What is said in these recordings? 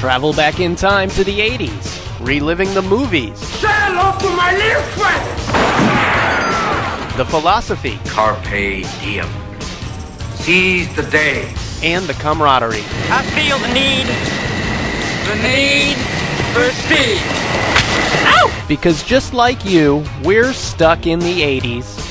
Travel back in time to the 80s, reliving the movies, Say hello to my little friend! the philosophy, Carpe diem. Seize the day. and the camaraderie. I feel the need, the need for speed. Because just like you, we're stuck in the 80s.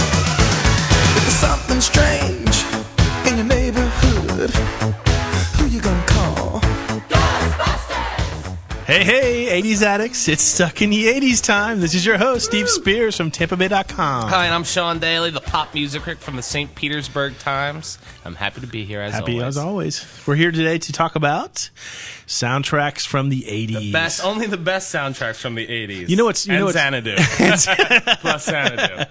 There's something strange in your neighborhood. Who you gonna call? Hey, hey, 80s addicts, it's stuck in the 80s time. This is your host, Steve Spears from TampaBay.com. Hi, and I'm Sean Daly, the pop music critic from the St. Petersburg Times. I'm happy to be here as Happy as always. always. We're here today to talk about soundtracks from the 80s. Best, Oh. only the best soundtracks from the 80s. You know what's- you and know what's- Xanadu. Plus Xanadu.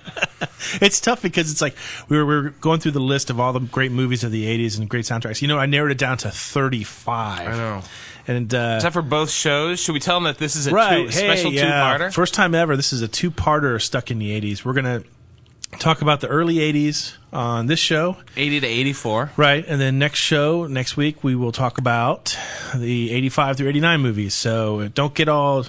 It's tough because it's like we were, we were going through the list of all the great movies of the 80s and great soundtracks. You know, I narrowed it down to 35. I know. And, uh, Except for both shows, should we tell them that this is a right, two, hey, special yeah. two-parter? First time ever. This is a two-parter stuck in the 80s. We're going to talk about the early 80s on this show. 80 to 84. Right, and then next show next week we will talk about the eighty-five through eighty-nine movies. So uh, don't get all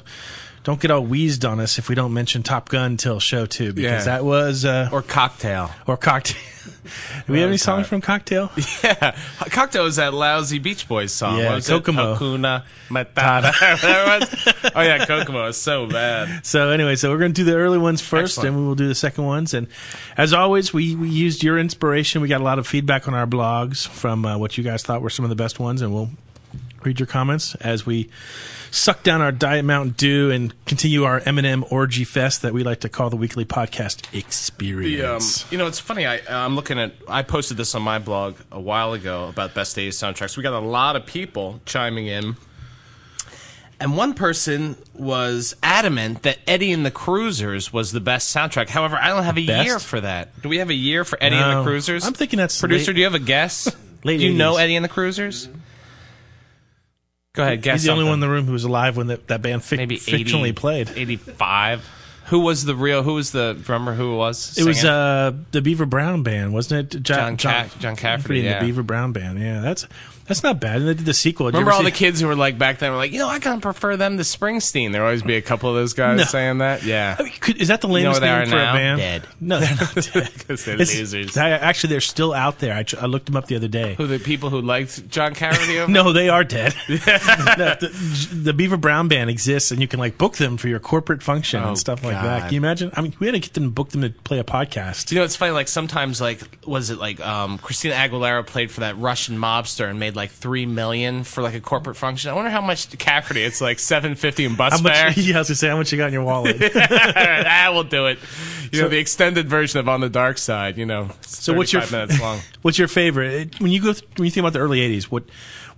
don't get all wheezed on us if we don't mention Top Gun till show two because Yeah. that was uh, or, Or Cocktail. Cocktail. Do we have any songs God. from Cocktail? Yeah. Cocktail was that lousy Beach Boys song. Yeah, what was Kokomo. It? Hakuna Matata. Whatever it was. Oh, yeah, Kokomo is so bad. so anyway, so we're going to do the early ones first, Excellent. and we will do the second ones. And as always, we, we used your inspiration. We got a lot of feedback on our blogs from uh, what you guys thought were some of the best ones, and we'll read your comments as we suck down our diet Mountain Dew and continue our M&M orgy fest that we like to call the weekly podcast The, um, experience. you know, it's funny. I, I'm looking at. I posted this on my blog a while ago about best 80s soundtracks. We got a lot of people chiming in, and one person was adamant that Eddie and the Cruisers was the best soundtrack. However, I don't have a Best? year for that. Do we have a year for Eddie and No. the Cruisers? Um, I'm thinking that's producer. late- do you have a guess? late do you know 80s. Eddie and the Cruisers? Go ahead, guess. He's the only something. one in the room who was alive when that, that band fic- maybe 80, fictionally played. 85 who was the real who was the remember who it was It was singing? uh, the Beaver Brown Band, wasn't it? Jo- John Ca- John Cafferty, and yeah. the Beaver Brown Band. Yeah, that's that's not bad. And they did the sequel. Did you remember ever all see- the kids who were like back then were like you know i kind of prefer them to springsteen there always be a couple of those guys No. saying that yeah I mean, Oh, could, is that the know lamest where they name are for now? a band? Dead. No, they're not dead. 'Cause they're It's- losers. I- actually, they're still out there. I, ch- I looked them up the other day. who the people who liked john Cafferty over- No, they are dead. No, the, the Beaver Brown Band exists, and you can like book them for your corporate function Oh, and stuff like God. that. Can you imagine? I mean, we had to get them book them to play a podcast. you know it's funny like sometimes like was it like um christina aguilera played for that russian mobster and made like three million for like a corporate function i wonder how much to Cafferty it's like 750 in bus How much? fare Yeah, I was gonna say how much you got in your wallet. ah, we'll do it you know the extended version of on the dark side you know so what's your minutes long What's your favorite? It- When you go th- when you think about the early '80s, what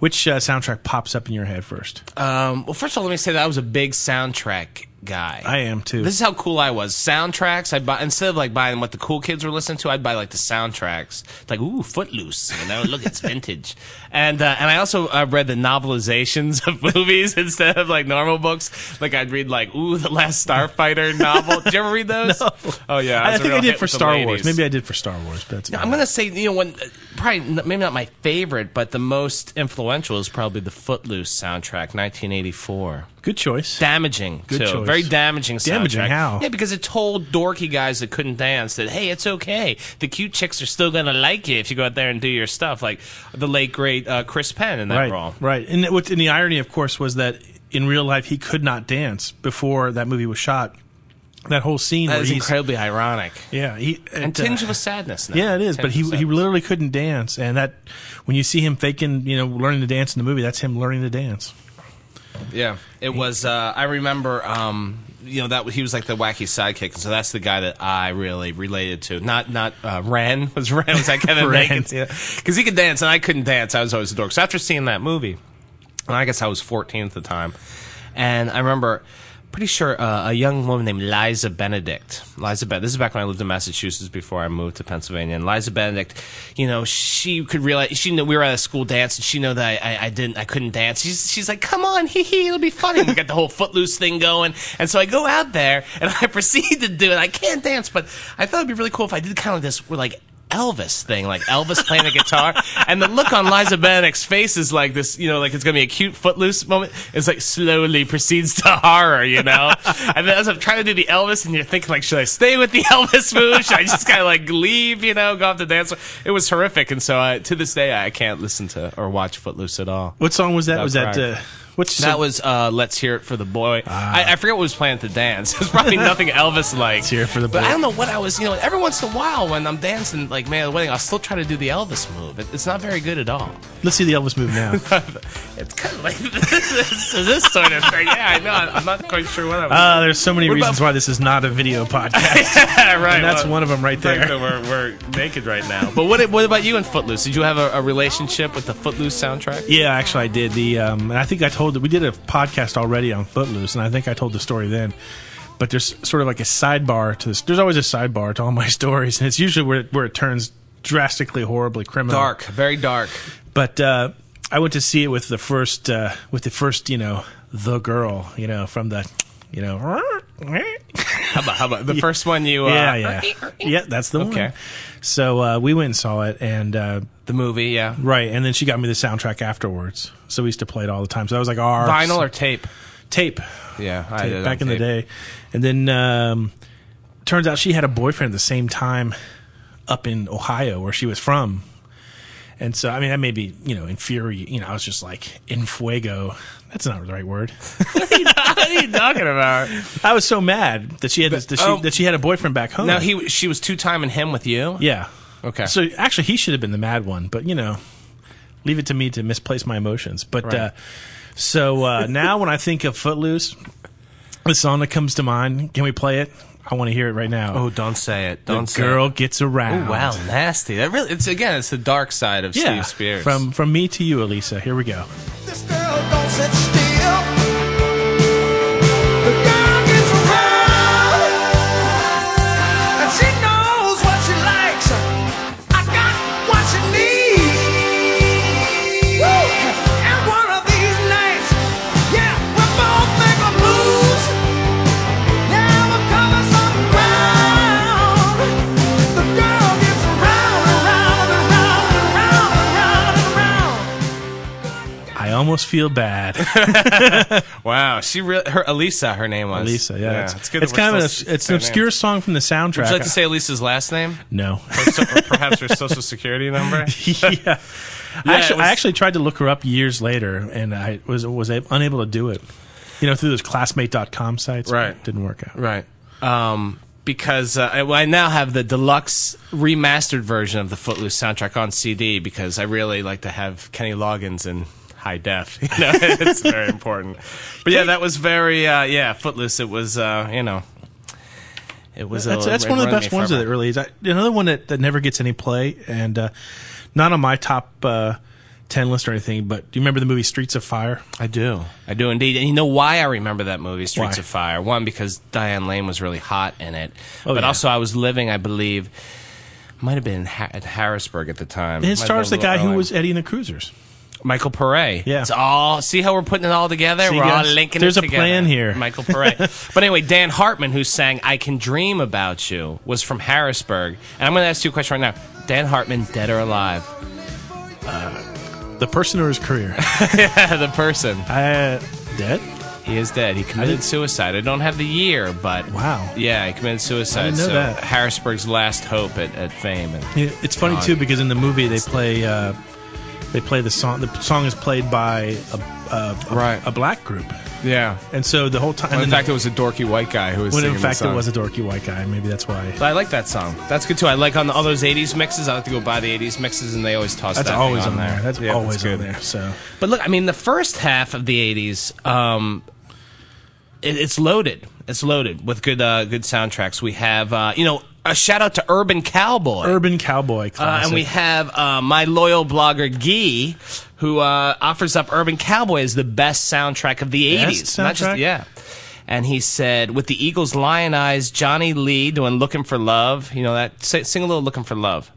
which uh, soundtrack pops up in your head first? Um, well, first of all, let me say that I was a big soundtrack guy. I am too. This is how cool I was. Soundtracks. I buy instead of like buying what the cool kids were listening to, I'd buy like the soundtracks. It's like ooh, Footloose. You know, look, it's vintage. And uh, and I also uh, read the novelizations of movies instead of like normal books. Like I'd read like ooh, the Last Starfighter novel. Did you ever read those? Oh yeah, I, was a think real I hit did for with the Star Wars. ladies. Maybe I did for Star Wars. But that's I'm gonna say you know when probably n- maybe not my favorite, but the most influential is probably the Footloose soundtrack, 1984 good choice. damaging Good too. choice. Very damaging soundtrack. Damaging how? Yeah, because it told dorky guys that couldn't dance that hey, it's okay. The cute chicks are still gonna like you if you go out there and do your stuff. Like the late great uh, Chris Penn in that right, role. right. And, it, and the irony, of course, was that in real life he could not dance before that movie was shot. That whole scene That where is he's incredibly ironic. yeah he And it, uh, tinge of sadness. Now. Yeah, it is. Tinge But he of he sadness. literally couldn't dance, and that when you see him faking, you know, learning to dance in the movie, that's him learning to dance. Yeah, it was. Uh, I remember. Um, you know that he was like the wacky sidekick, so that's the guy that I really related to. Not not uh, Ren was Ren was that Kevin Ren. Bacon? because he could dance and I couldn't dance. I was always a dork. So after seeing that movie, and I guess I was 14 at the time, and I remember pretty sure uh, a young woman named Liza Benedict. Liza Benedict. This is back when I lived in Massachusetts before I moved to Pennsylvania. And Liza Benedict, you know, she could realize she knew we were at a school dance, and she knew that I, I, I didn't, I couldn't dance. She's, she's like, "Come on, hee hee, it'll be funny." And we got the whole footloose thing going, and so I go out there and I proceed to do it. I can't dance, but I thought it'd be really cool if I did kind of this. We're like. Elvis thing, like Elvis playing a guitar. And the look on Liza Benedict's face is like this, you know, like it's going to be a cute footloose moment. It's like slowly proceeds to horror, you know? and then as I'm trying to do the Elvis, and you're thinking, like, should I stay with the Elvis move? Should I just kind of like leave, you know, go off the dance? floor? It was horrific. And so I, to this day, I can't listen to or watch Footloose at all. What song was that? That was that? cried. Uh, what's That so- Ah. was uh, "Let's Hear It for the Boy." I, I forget what was playing at the dance. It was probably nothing Elvis like. Let's Hear It for the But Boy. I don't know what I was. You know, every once in a while when I'm dancing, like man, at the wedding, I'll still try to do the Elvis move. It, it's not very good at all. Let's see the Elvis move now. It's kind of like this, this sort of thing. Yeah, I know. I'm not quite sure what I was. Ah, there's so many What about- reasons why this is not a video podcast. yeah, right. Uh, and that's well, one of them right right, there. so We're, we're naked right now. But what, what about you and Footloose? Did you have a, a relationship with the Footloose soundtrack? Yeah, actually, I did the, um, and I think I told we did a podcast already on Footloose, and I think I told the story then. But there's sort of like a sidebar to this. There's always a sidebar to all my stories, and it's usually where it, where it turns drastically horribly criminal. Dark, very dark. But uh, I went to see it with the first uh, with the first you know the girl you know from the you know How about how about the first one you? Uh, yeah yeah yeah that's the Okay. one. So uh, we went and saw it, and uh, The movie, yeah. right, and then she got me the soundtrack afterwards. So we used to play it all the time. So that was like our Vinyl or tape? tape. Yeah, I tape did it back in on the tape. day. And then um, turns out she had a boyfriend at the same time up in Ohio where she was from. And so, I mean, that made me, you know, infuriate. You know, I was just like, in fuego. That's not the right word. what are you talking about? I was so mad that she had this, that, she, oh. that she had a boyfriend back home. Now he, she was two timing him with you. yeah. Okay. So actually, he should have been the mad one, but you know, leave it to me to misplace my emotions. But uh, so uh, now, when I think of Footloose, the song that comes to mind. Can we play it? I want to hear it right now. oh, don't say it. the Don't say girl It. gets around. Oh, wow, nasty. That really. It's again. It's the dark side of Yeah. Steve Spears. From from me to you, Elisa. Here we go. This girl don't sit still. The girl gets around, and she knows what she likes. I got what she needs. And one of these nights, yeah, we'll both make a move. Yeah, we'll cover some ground. The girl gets around, around, around, around, around, around. I almost feel bad, wow, she really. Her Elisa. Her name was Elisa. Yeah, it's, it's, good. It's that we're kind of still an, s- it's an saying obscure names. song from the soundtrack. Would you like to say Elisa's last name? no. Or, so, or perhaps her social security number? yeah. I, actually, it was- I actually tried to look her up years later, and I was was a- unable to do it. You know, through those classmate.com sites. but Right. it Didn't work out. Right. Um, because uh, I, well, I now have the deluxe remastered version of the Footloose soundtrack on CD because I really like to have Kenny Loggins in high def. You know, it's very important. But yeah, that was very uh, yeah Footloose. It was uh, you know, it was. That's, a, that's it one of the run me best ones far that back. really is. I, another one that, that never gets any play, and uh, not on my top uh, 10 list or anything, but do you remember the movie Streets of Fire? I do. I do indeed. And you know why I remember that movie, Streets Why? of Fire? One, because Diane Lane was really hot in it. Oh, but yeah. also, I was living, I believe, might have been in ha- at Harrisburg at the time. It Might have stars the been a guy little who early. was Eddie and the Cruisers. Michael Pare. Yeah. It's all, see how we're putting it all together? See, we're all guys, linking there's it a together. plan here. Michael Pare. but anyway, Dan Hartman, who sang I Can Dream About You, was from Harrisburg. And I'm going to ask you a question right now. Dan Hartman, dead or alive? The person or his career? the person. uh, dead? He is dead. He committed didn't- suicide. I don't have the year, but Wow. yeah, he committed suicide. I didn't know so that. Harrisburg's last hope at, at fame. And Yeah, it's funny God. too because in the movie they play uh, they play the song. The song is played by a, a, a, Right. a black group, yeah, and so the whole time. Well, in and the- fact, it was a dorky white guy who was when in singing the fact it song. was a dorky white guy. Maybe that's why. But I like that song. That's good too. I like on all those '80s mixes. I like to go buy the '80s mixes, and they always toss That's that thing always on there. That's Yeah, always on good. there. So But look, I mean, the first half of the '80s, um, it, it's loaded. It's loaded with good, uh, good soundtracks. We have, uh, you know, a shout out to Urban Cowboy. urban cowboy Uh, classic. and we have uh, my loyal blogger Gee, who uh, offers up Urban Cowboy as the best soundtrack of the Best '80s. Not just soundtrack? yeah. and he said, "With the Eagles' lion eyes, Johnny Lee doing Looking for Love. You know that. Sing, sing a little Looking for Love.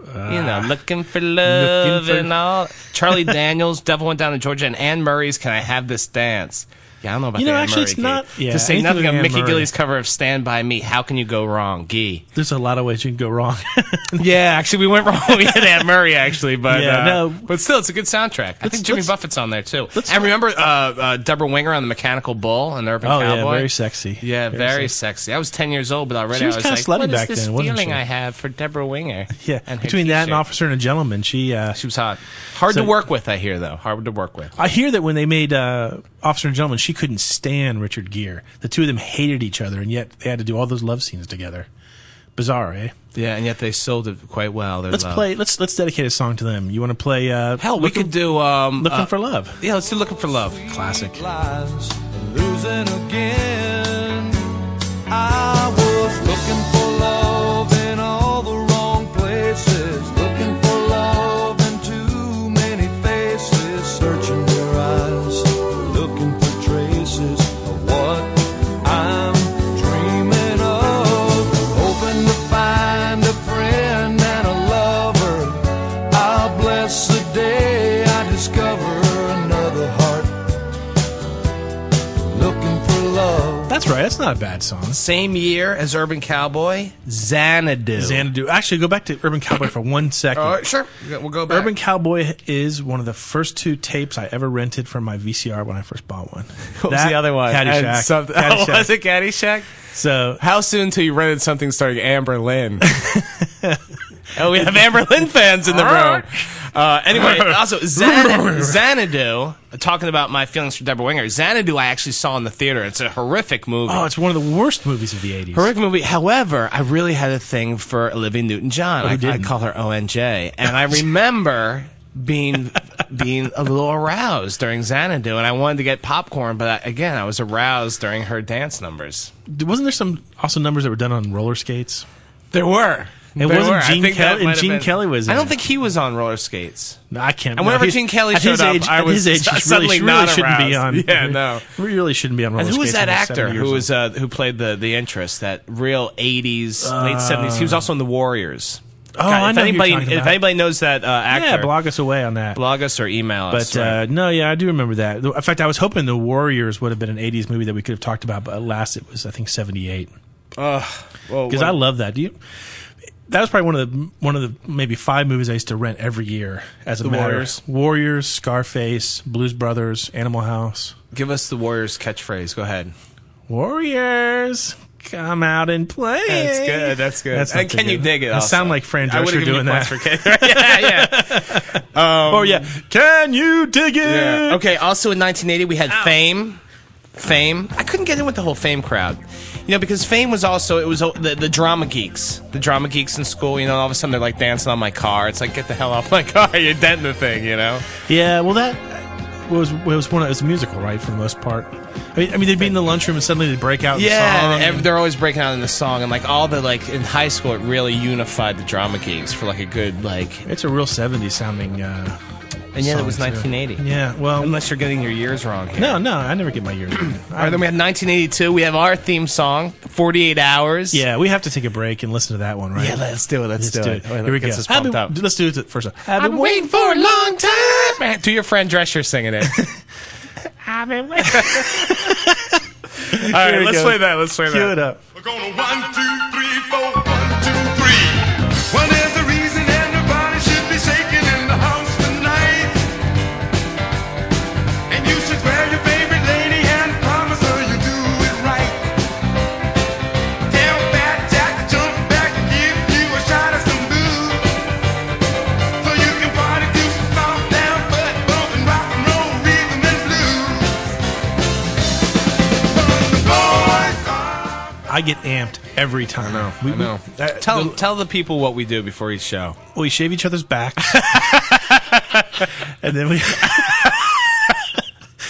you know, Looking for Love Uh, for- and all. Charlie Daniels, Devil Went Down to Georgia, and Anne Murray's Can I Have This Dance? Yeah, I don't know about You know, the Anne actually, Murray it's gig. not- yeah, to say anything nothing with of Anne Mickey Murray. Gilly's cover of Stand by Me. How can you go wrong, Gee? There's a lot of ways you can go wrong. Yeah, actually, we went wrong. we had Anne Murray, actually, but Yeah, uh, no. but still, it's a good soundtrack. I Let's- think Jimmy let's- Buffett's on there too. And remember uh, uh, Deborah Winger on the Mechanical Bull and Urban oh yeah, Cowboy. very sexy. Yeah, very, sexy. I was ten years old, but already She was I was kinda slutty like, "What is back this then, wasn't feeling she?" I have for Deborah Winger?" Yeah, and her between that and t-shirt. Officer and a Gentleman, she. Uh, she was hot. Hard So- to work with, I hear though. Hard to work with. I hear that when they made uh, Officer and Gentleman, she couldn't stand Richard Gere. The two of them hated each other, and yet they had to do all those love scenes together. Bizarre, eh? Yeah, and yet they sold it quite well. Let's play. Let's let's dedicate a song to them. You want to play? Uh, Hell, we Looking- could do um, Looking uh, for Love. Yeah, let's do Looking for Love. Classic. lies and losing again. I was looking for love in all the wrong places, looking for love in too many faces, searching your eyes, looking for traces of what I'm dreaming of, hoping to find a friend and a lover. I'll bless the day I discover another heart looking for love. That's right. That's not a bad song. Same year as Urban Cowboy, Xanadu. Xanadu. Actually, go back to Urban Cowboy for one second. All right, sure. We'll go back. Urban Cowboy is one of the first two tapes I ever rented from my VCR when I first bought one. What was That- the other one? Caddyshack. And some- Caddyshack. was it Caddyshack? So How soon until you rented something starring Amber Lynn? oh, we have Amber Lynn fans in the room. Uh, anyway, also Xan- Xanadu. Talking about my feelings for Deborah Winger, Xanadu I actually saw in the theater. It's a horrific movie. Oh, it's one of the worst movies of the 80s. Horrific movie. However, I really had a thing for Olivia Newton-John. I, I didn't? call her ONJ, and I remember being being a little aroused during Xanadu, and I wanted to get popcorn, but I, again, I was aroused during her dance numbers. Wasn't there some also numbers that were done on roller skates? There were. It wasn't Gene Kelly- and Gene Kelly was I in don't it. think he was on roller skates. No, I can't. no, And whenever he's- Gene Kelly at his showed up, age, I at was his age, su- really- suddenly she really, not shouldn't be on. aroused. Yeah, no. we really shouldn't be on roller And who was skates that when he's actor 70 years who was old. uh, who played the the interest that real '80s, late '70s? He was also in The Warriors. Uh, Oh, God, I if know who you're anybody talking if about. anybody knows that uh, actor, yeah, blog us away on that. blog us or email us. But uh, no, yeah, I do remember that. In fact, I was hoping the Warriors would have been an '80s movie that we could have talked about, but alas, it was I think '78. Because I love that. Do you? That was probably one of the one of the maybe five movies I used to rent every year as a The matter. Warriors? Warriors, Scarface, Blues Brothers, Animal House. give us the Warriors catchphrase. Go ahead. Warriors, come out and play. That's good. That's good. That's not and too can you good. dig it? I also? sound like Fran I would've Drescher doing given you points that. for K- yeah, yeah. oh yeah, can you dig it? Yeah. Okay. Also in 1980, we had Fame. Fame. I couldn't get in with the whole Fame crowd, you know, because Fame was also it was uh, the, the drama geeks, the drama geeks in school. You know, all of a sudden they're like dancing on my car. It's like get the hell off my car. You're denting the thing, you know. Yeah, well, that was was one. Of, it was a musical, right? For the most part. I mean, I mean, they'd be in the lunchroom and suddenly they'd break out. in Yeah, and song. ev- they're always breaking out in the song, and like all the like in high school, it really unified the drama geeks for like a good like. it's a real '70s sounding. Uh, And yeah, it was song, too. 1980. Yeah, well, Unless you're getting your years wrong here. no, no, I never get my years. wrong. All right, then we had 1982. We have our theme song, 48 Hours. yeah, we have to take a break and listen to that one, right? Yeah, let's do it. Let's, do, it. Oh, Here we go. Gets us I've been- pumped up. Let's do it first. I've been waiting for a long time. Man, do your friend Drescher singing it. I've been waiting. All right, we let's go. play that. Let's play Cue that. it up. We're gonna one, two, three, four, one, two, three. Well, there's a reason everybody should be shaking in the house tonight. And you should wear your favorite lady and promise her you do it right. Tell Fat Jack to jump back and give you a shot of some booze. So you can party to some stomp down, butt bump and rock and roll, rhythm and blues. The boys are- I get amped every time. No, we, I know. We, that- tell the- tell the people what we do before each show. we shave each other's backs, and then we.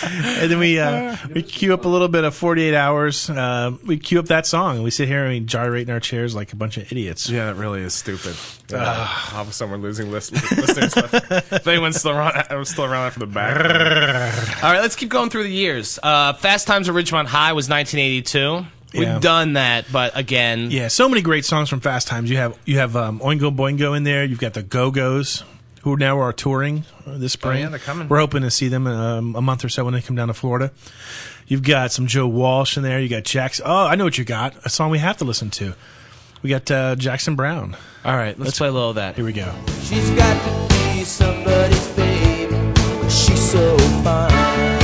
and then we uh, we queue up a little bit of 48 hours. Uh, we queue up that song, and we sit here and we gyrate in our chairs like a bunch of idiots. Yeah, that really is stupid. Yeah. All of a sudden, we're losing list- listeners. left. If anyone's still around, I was still around after the back. All right, let's keep going through the years. Uh, Fast Times at Ridgemont High was 1982. Yeah. We've done that, but again, Yeah, so many great songs from Fast Times. You have you have um, Oingo Boingo in there. You've got the Go Go's, who now are touring Oh, uh, this spring. yeah, they're coming. We're hoping to see them um, a month or so when they come down to Florida. You've got some Joe Walsh in there. You got Jackson. Oh, I know what you got. A song we have to listen to. We got uh, Jackson Brown. all right, let's play a little of that. Here we go. She's got to be somebody's babe. She's so fine.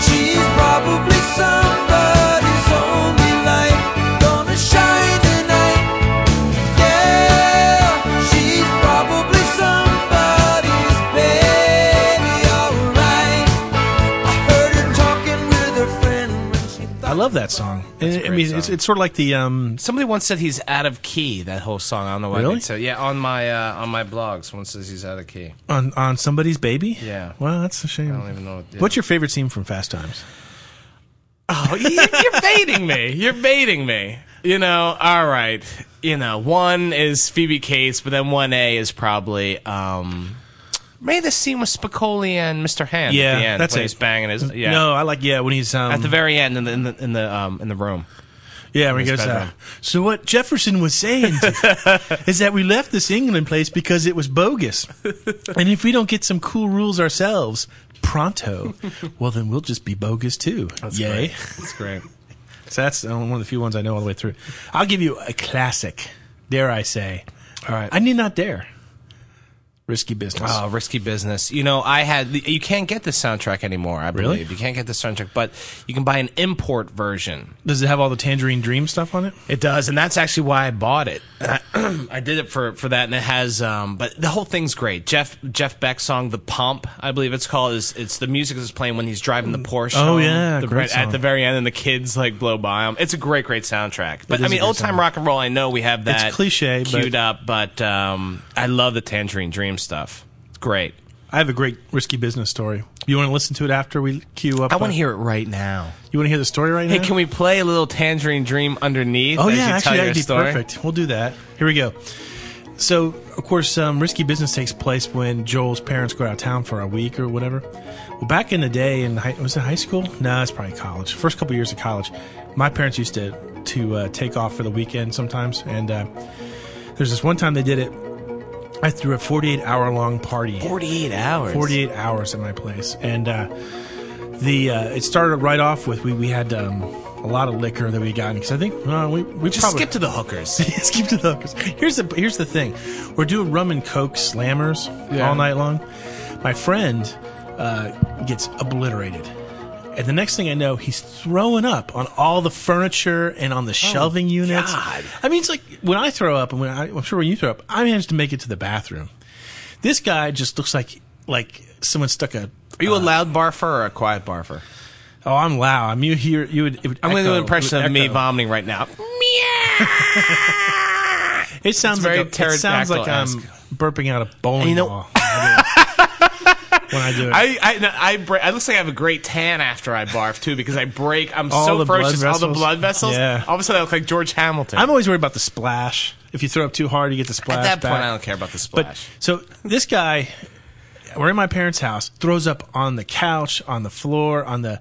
She's probably somebody's only light. Gonna shine tonight. Yeah, she's probably somebody's baby. Alright. I heard her talking with her friend when she I thought. love that song. I mean, song. It's, it's sort of like the um, Somebody once said he's out of key. That whole song. I don't know why. Really? they said- yeah, on my uh, on my blog, someone says he's out of key. on on somebody's baby. Yeah. Well, that's a shame. I don't even know. What, yeah. What's your favorite scene from Fast Times? Oh, you- you're baiting me. You're baiting me. You know. All right. You know, one is Phoebe Cates, but then one A is probably. um Maybe the scene with Spicoli and Mr. Hand. Yeah, at the end, that's when it. He's banging his yeah. No, I like yeah when he's um, At the very end, in the in the in the, um, in the room. Yeah, when he goes, his uh, bedroom. so what Jefferson was saying to- is that we left this England place because it was bogus. And if we don't get some cool rules ourselves pronto, well, then we'll just be bogus too. Yay. great. That's great. So that's uh, one of the few ones I know all the way through. I'll give you a classic, dare I say. All right. I need not dare. Risky business. Oh, risky business. You know, I had you can't get the soundtrack anymore. I Really? believe you can't get the soundtrack, but you can buy an import version. Does it have all the Tangerine Dream stuff on it? It does, and that's actually why I bought it. I, did it for for that, and it has. Um, but the whole thing's great. Jeff Jeff Beck's song "The Pump," I believe it's called. Is it's the music that's playing when he's driving the Porsche. Oh, home, yeah, the, great right at song. the very end, and the kids like blow by him. It's a great, great soundtrack. But is I a mean, good old time song. rock and roll. I know we have that cliche, but- queued up, but um, I love the Tangerine Dream stuff. It's great. I have a great risky business story. You want to listen to it after we queue up? I uh, want to hear it right now. You want to hear the story right Hey, now? can we play a little Tangerine Dream underneath? Oh as yeah, you actually tell your that'd be story? perfect. We'll do that. Here we go. So, of course, um, risky business takes place when Joel's parents go out of town for a week or whatever. Well, back in the day, in high, was it high school? No, it's probably college. First couple years of college, my parents used to to uh, take off for the weekend sometimes. And uh, there's this one time they did it. I threw a 48 hour long party. 48 hours. 48 hours at my place and uh, the uh, it started right off with we, we had um, a lot of liquor that we got because i think uh, we, we Just probably skip to the hookers. skip to the hookers here's the here's the thing we're doing rum and coke slammers all night long my friend uh, gets obliterated and the next thing I know, he's throwing up on all the furniture and on the shelving units. Oh, God. I mean, it's like when I throw up, and when I, I'm sure when you throw up, I managed to make it to the bathroom. This guy just looks like like someone stuck a. Are you a loud barfer or a quiet barfer? Oh, I'm loud. I'm you hear you would. It would I'm going to do echo. an It impression would of me echo. vomiting right now. It sounds It's very like a, it sounds like I'm pterodactyl-esque. burping out a bowling You know- ball when I do it. When I do it. I I no, I, break, I looks like I have a great tan after I barf too because I break. I'm All so the blood ferocious. All the vessels? blood vessels. Yeah. All of a sudden, I look like George Hamilton. I'm always worried about the splash. If you throw up too hard, you get the splash. At that back. point, I don't care about the But splash. so this guy, we're in my parents' house, throws up on the couch, on the floor, on the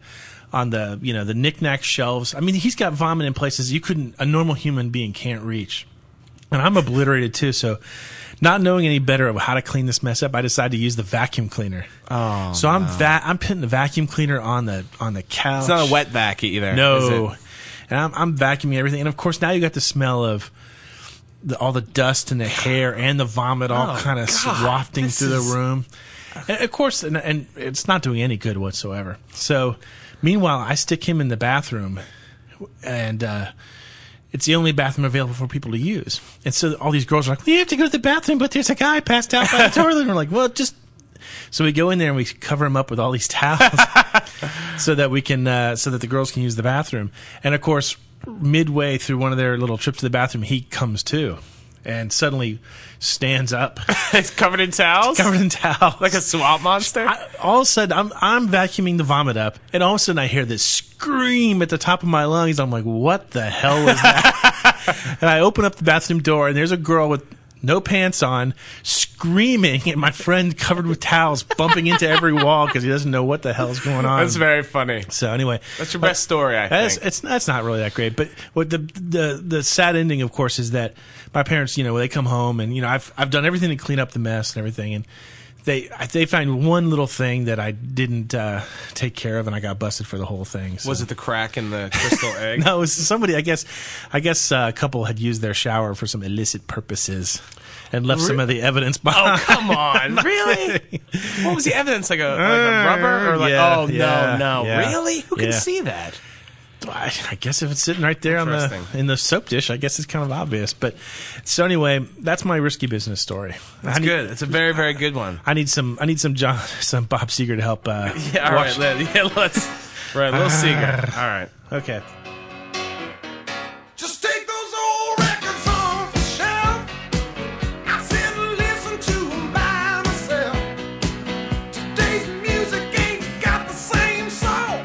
on the you know the knickknack shelves. I mean, he's got vomit in places you couldn't a normal human being can't reach. And I'm obliterated too, so not knowing any better of how to clean this mess up, I decided to use the vacuum cleaner. Oh, so I'm va- I'm putting the vacuum cleaner on the on the couch. it's not a wet back either. No. is it? And I'm, I'm vacuuming everything. And of course, now you got the smell of the, all the dust and the hair and the vomit all Oh, kind of God. wafting This through is- the room. And of course, and, and it's not doing any good whatsoever. So, meanwhile, I stick him in the bathroom and, uh, it's the only bathroom available for people to use. And so all these girls are like, we have to go to the bathroom, but there's a guy passed out by the toilet. And we're like, well, just. So we go in there and we cover him up with all these towels so that we can, uh, so that the girls can use the bathroom. And of course, midway through one of their little trips to the bathroom, he comes to. and suddenly stands up, It's covered in towels? covered in towels. like a swamp monster? I, all of a sudden, I'm I'm vacuuming the vomit up, and all of a sudden, I hear this scream at the top of my lungs. I'm like, "What the hell was that?" and I open up the bathroom door, and there's a girl with no pants on, screaming, and my friend covered with towels, bumping into every wall because he doesn't know what the hell's going on. That's very funny. so anyway, That's your best story, I that's, think. It's that's not really that great, but what the the the sad ending, of course, is that my parents, you know, they come home and you know I've I've done everything to clean up the mess and everything, and they I- they find one little thing that I didn't uh, take care of, and I got busted for the whole thing. so- Was it the crack in the crystal egg? No, it was somebody. I guess I guess uh, a couple had used their shower for some illicit purposes and left some of the evidence behind. Oh, Come on, really? What was the evidence? Like a, like a rubber? Or Uh, like, Yeah, oh, yeah, no, no. yeah. really? Who can Yeah. see that? I, I guess if it's sitting right there on the Interesting. in the soap dish, I guess it's kind of obvious. But so anyway, that's my risky business story. That's I need, good. That's a very, very good one. I need some. I need some John, some Bob Seger to help. Uh, Yeah, all right, watch- Ah. let, yeah, let's. Right, Little Seeger. All right. Okay. Just take those old records off the shelf. I sit and listen to 'em by myself. Today's music ain't got the same soul.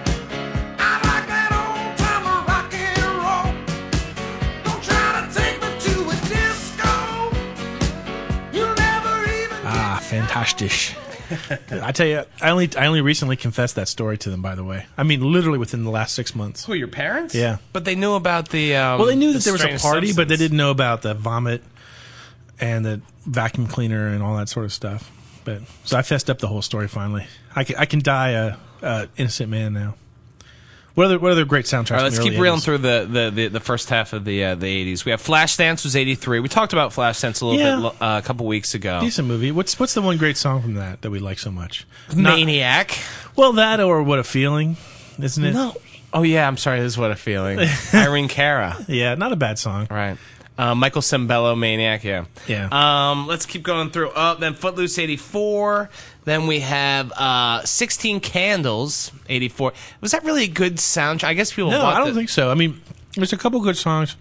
I like that old time rock and roll. Don't try to take me to a disco. You'll never even Ah, fantastic. I tell you, I only I only recently confessed that story to them. By the way, I mean literally within the last six months. Who, your parents? Yeah. But they knew about the. Um, Well, they knew that the there was a strange party, but they substance. didn't know about the vomit and the vacuum cleaner and all that sort of stuff. But so I fessed up the whole story finally. I can, I can die a, a innocent man now. What other what other great soundtracks? All from right, let's the keep early reeling 80s? through the, the, the, the first half of the uh, the eighties. We have Flashdance was eighty three. We talked about Flashdance a little Yeah. bit lo- uh, a couple weeks ago. Decent movie. What's what's the one great song from that that we like so much? Not- Maniac. well, that or what a feeling, isn't it? Oh yeah, I'm sorry. This is what a feeling. Irene Cara. Yeah, not a bad song. Right. Uh, Michael Sembello, Maniac. Yeah. Yeah. Um, let's keep going through. Up then Footloose eighty four. Then we have uh, Sixteen Candles eighty four. Was that really a good soundtrack? I guess people. No, bought I don't the- think so. I mean, there's a couple good songs.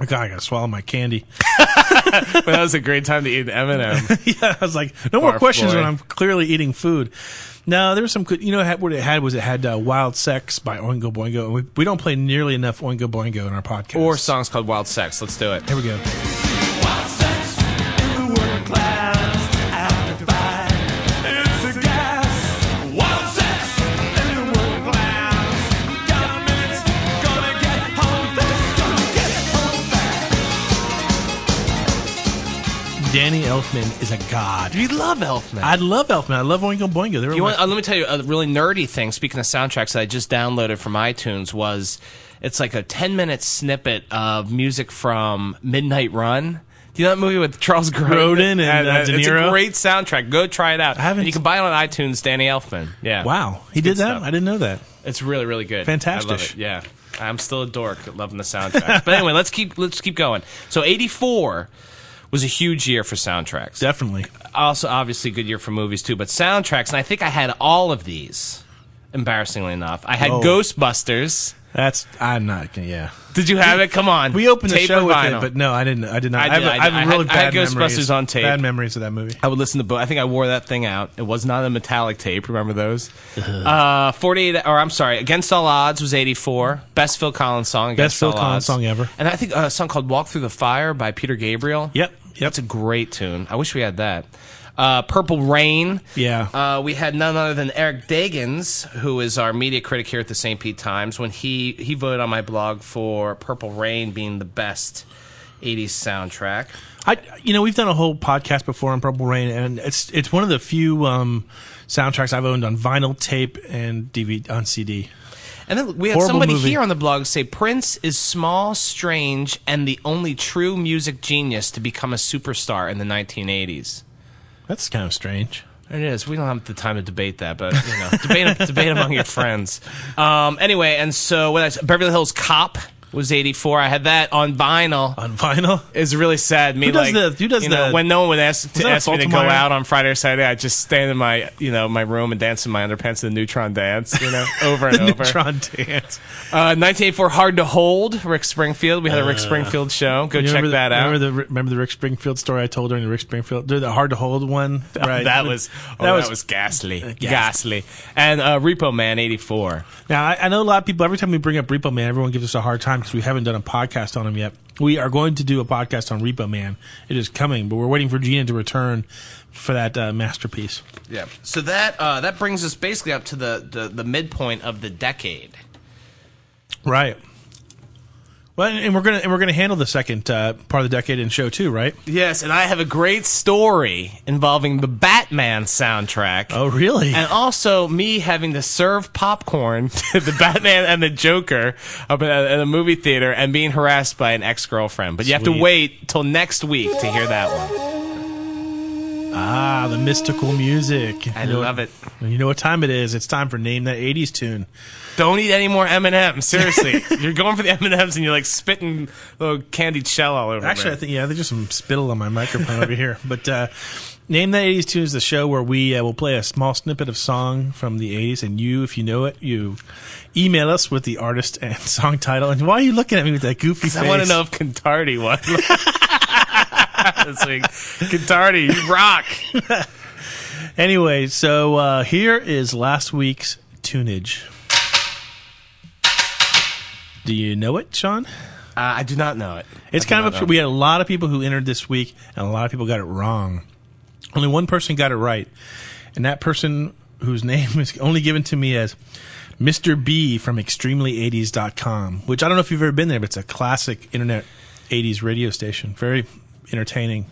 Oh, God, I gotta swallow my candy. But that was a great time to eat an M&M. yeah, I was like, no more Barf questions boy. when I'm clearly eating food. No, there was some good. You know it had- what it had was it had uh, "Wild Sex" by Oingo Boingo. and We, we don't play nearly enough Oingo Boingo in our podcast. or songs called Wild Sex. Let's do it. Here we go. Danny Elfman is a god. You love Elfman. I love Elfman. I love Oingo Boingo. They were You my- want, uh, let me tell you a really nerdy thing. Speaking of soundtracks that I just downloaded from iTunes, was it's like a ten minute snippet of music from Midnight Run. Do you know that movie with Charles Grodin, Grodin and, uh, De It's Niro? a great soundtrack. Go try it out. haven't- And you can buy it on iTunes. Danny Elfman. Yeah. wow, he did good that. stuff. I didn't know that. It's really really good. Fantastic. I love it. Yeah. I'm still a dork at loving the soundtracks. but anyway, let's keep let's keep going. So eighty four was a huge year for soundtracks. Definitely. also obviously a good year for movies too, but soundtracks, and I think I had all of these. Embarrassingly enough, I had Oh. Ghostbusters. That's I'm not. gonna- Yeah, Did you have it? Come on, we opened the Tape show or with vinyl? it, but no, I didn't. I did not. I I, have, did, a- I I have did. I really had- I had bad memories. Ghostbusters on tape. Bad memories of that movie. I would listen to both. I think I wore that thing out. It was not a metallic tape. Remember those? Uh, Forty-eight, or I'm sorry, Against All Odds was eighty-four. Best Phil Collins song. Against Best Phil All Collins Odds. song ever. And I think uh, a song called "Walk Through the Fire" by Peter Gabriel. Yep, yep. that's a great tune. I wish we had that. Uh, Purple Rain. Yeah. Uh, we had none other than Eric Dagens, who is our media critic here at the St. Pete Times. When he he voted on my blog for Purple Rain being the best '80s soundtrack. I, you know, we've done a whole podcast before on Purple Rain, and it's it's one of the few um, soundtracks I've owned on vinyl, tape, and DVD on CD. And then we had Horrible somebody movie. here on the blog say Prince is small, strange, and the only true music genius to become a superstar in the 1980s. That's kind of strange. There It is. We don't have the time to debate that, but you know, debate debate among your friends. Um, anyway, and so what I, Beverly Hills Cop was '84. I had that on vinyl. on vinyl. It's really sad. Me Who does like the- who does you know, the- when no one would ask to that ask me to go Baltimore? out on Friday or Saturday, I just stand in my you know my room and dance in my underpants to the Neutron dance, you know, over and over. Neutron dance. Uh, 1984, Hard to Hold, Rick Springfield. We had a Rick Springfield show. Go You check remember the- that out. Remember the remember the Rick Springfield story I told during the Rick Springfield, during the hard to hold one. right. uh, That was oh, that, was, ghastly, ghastly, and uh, Repo Man '84. Now, I, I know a lot of people, every time we bring up Repo Man, everyone gives us a hard time because we haven't done a podcast on him yet. We are going to do a podcast on Repo Man. It is coming, but we're waiting for Gina to return for that uh, masterpiece. Yeah. So that uh, that brings us basically up to the, the the midpoint of the decade. Right. Well, and and we're gonna and we're gonna handle the second uh, part of the decade in show two, right? Yes, and I have a great story involving the Batman soundtrack. Oh, really? And also me having to serve popcorn to the Batman and the Joker up in a, in a movie theater and being harassed by an ex girlfriend. But you have to Sweet. wait till next week to hear that one. ah, the mystical music. I You know- love it. You know what time it is? It's time for name that '80s tune. Don't eat any more M and M's. Seriously, you're going for the M and M's and you're like spitting little candied shell all over. Actually, me. I think yeah, there's just some spittle on my microphone over here. But uh, name that '80s tune is the show where we uh, will play a small snippet of song from the '80s, and you, if you know it, you email us with the artist and song title. And why are you looking at me with that goofy face? I want to know if Cantardi won. this week. Cantardi, you rock. Anyway, so uh, here is last week's tunage. Do you know it, Sean? Uh, I do not know it. It's kind of a, we had a lot of people who entered this week, and a lot of people got it wrong. Only one person got it right, and that person whose name is only given to me as Mr. B from Extremely80s.com, which I don't know if you've ever been there, but it's a classic internet 80s radio station. Very entertaining.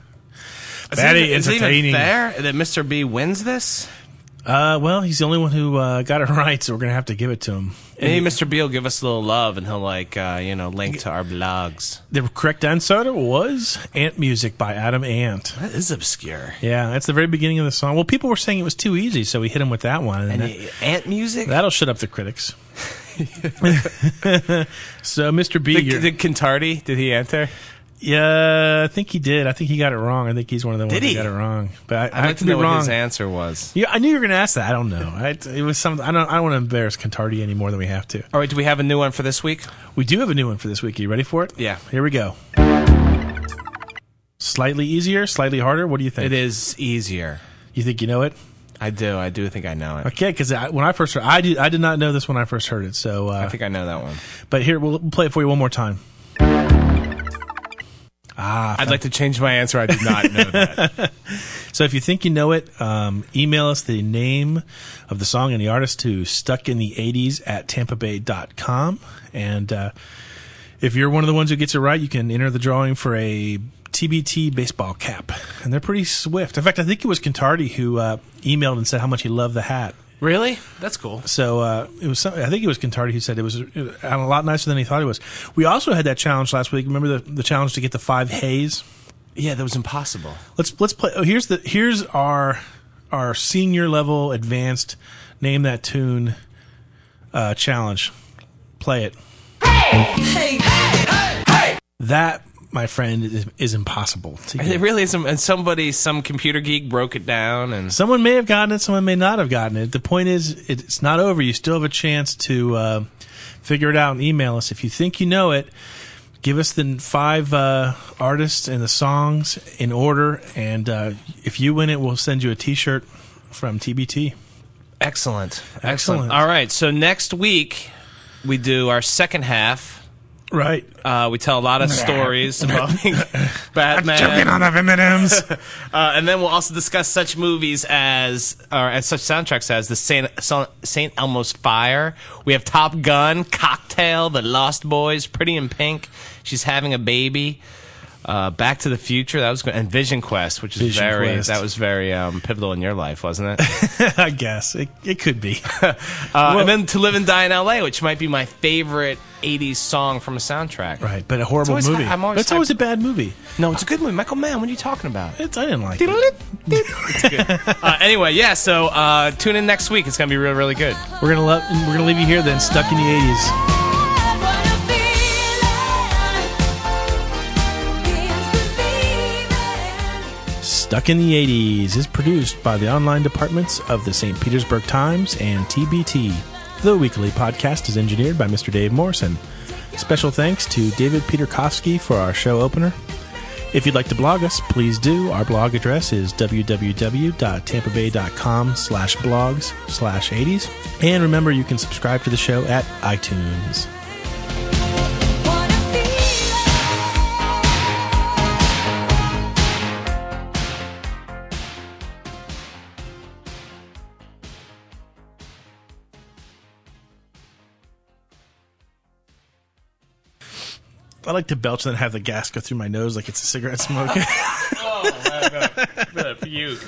Very is it even entertaining. fair that Mr. B wins this? Uh, well, he's the only one who uh, got it right, so we're gonna have to give it to him. Maybe Mr. B will give us a little love and he'll like uh, you know link to our blogs. The correct answer was "Ant Music" by Adam Ant. That is obscure. Yeah, that's the very beginning of the song. Well, people were saying it was too easy, so we hit him with that one, and, And that, y- ant music. will shut up the critics. so, Mr. B, did, you're- did Cantardi? Did he enter? yeah, I think he did. I think he got it wrong. I think he's one of the ones Did who he? got it wrong. But I, I'd I like to could be know what wrong. his answer was. yeah, I knew you were going to ask that. I don't know. I, it was some. I don't. I don't want to embarrass Cantardi any more than we have to. All right, do we have a new one for this week? We do have a new one for this week. Are you ready for it? Yeah. Here we go. Slightly easier, slightly harder. What do you think? It is easier. You think you know it? I do. I do think I know it. Okay, because when I first heard, I did, I did not know this when I first heard it. So, I uh, think I know that one. but here we'll play it for you one more time. I'd like to change my answer. I did not know that. So if you think you know it, um, email us the name of the song and the artist to stuckinthe80s at tampabay.com. And uh, if you're one of the ones who gets it right, you can enter the drawing for a TBT baseball cap. And they're pretty swift. In fact, I think it was Cantardi who uh, emailed and said how much he loved the hat. Really? That's cool. So uh, it was. Some, I think it was Cantardi who said it was uh, a lot nicer than he thought it was. We also had that challenge last week. Remember the, the challenge to get the five hays. Yeah, that was impossible. Let's let's play. Oh, here's the here's our our senior level advanced name that tune uh, challenge. Play it. That my friend is, is impossible. To It get. really is. And somebody, some computer geek, broke it down, and Someone may have gotten it. Someone may not have gotten it. The point is, it, it's not over. You still have a chance to uh, figure it out and email us if you think you know it. Give us the five uh, artists and the songs in order, and uh, if you win it, we'll send you a T-shirt from TBT. excellent, Excellent. All right. So next week we do our second half. Right. Uh, we tell a lot of stories involving Batman, on M&Ms. uh, and then we'll also discuss such movies as, or as such soundtracks as the Saint, Saint Elmo's Fire. We have Top Gun, Cocktail, The Lost Boys, Pretty in Pink. She's having a baby. Uh, Back to the Future. That was good. and Vision Quest, which is Vision very Quest. that was very um, pivotal in your life, wasn't it? I guess it, it could be. Uh, and then to live and die in L.A., which might be my favorite '80s song from a soundtrack. Right, but a horrible always- movie. I'm always- it's always a bad movie. No, it's a good movie. Michael Mann. What are you talking about? It's, I didn't like it. Uh, anyway, yeah. So uh, tune in next week. It's gonna be really, really good. We're gonna love, we're gonna leave you here then, stuck in the '80s. I wanna feel like Stuck in the 80s is produced by the online departments of the St. Petersburg Times and TBT. The weekly podcast is engineered by Mr. Dave Morrison. Special thanks to David Peterkowski for our show opener. If you'd like to blog us, please do. Our blog address is www.tampabay.com slash blogs slash 80s. And remember, you can subscribe to the show at iTunes. I like to belch and then have the gas go through my nose like it's a cigarette smoke. That puke.